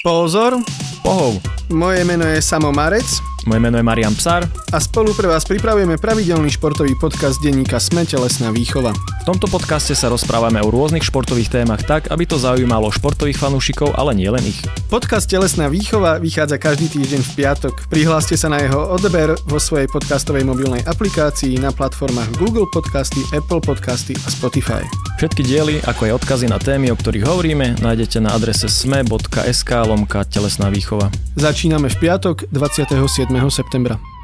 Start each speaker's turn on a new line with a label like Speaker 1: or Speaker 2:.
Speaker 1: Pozor,
Speaker 2: Pohov.
Speaker 1: moje meno je Samo Marec
Speaker 2: Moje meno je Marian Psar.
Speaker 1: a spolu pre vás pripravujeme pravidelný športový podcast denníka Sme telesná výchova.
Speaker 2: V tomto podcaste sa rozprávame o rôznych športových témach tak, aby to zaujímalo športových fanúšikov, ale nie len ich.
Speaker 1: Podcast Telesná výchova vychádza každý týždeň v piatok. Prihláste sa na jeho odber vo svojej podcastovej mobilnej aplikácii na platformách Google Podcasty, Apple Podcasty a Spotify.
Speaker 2: Všetky diely, ako aj odkazy na témy, o ktorých hovoríme, nájdete na adrese sme.sk lomka telesná výchova.
Speaker 1: Začíname v piatok 27. septembra.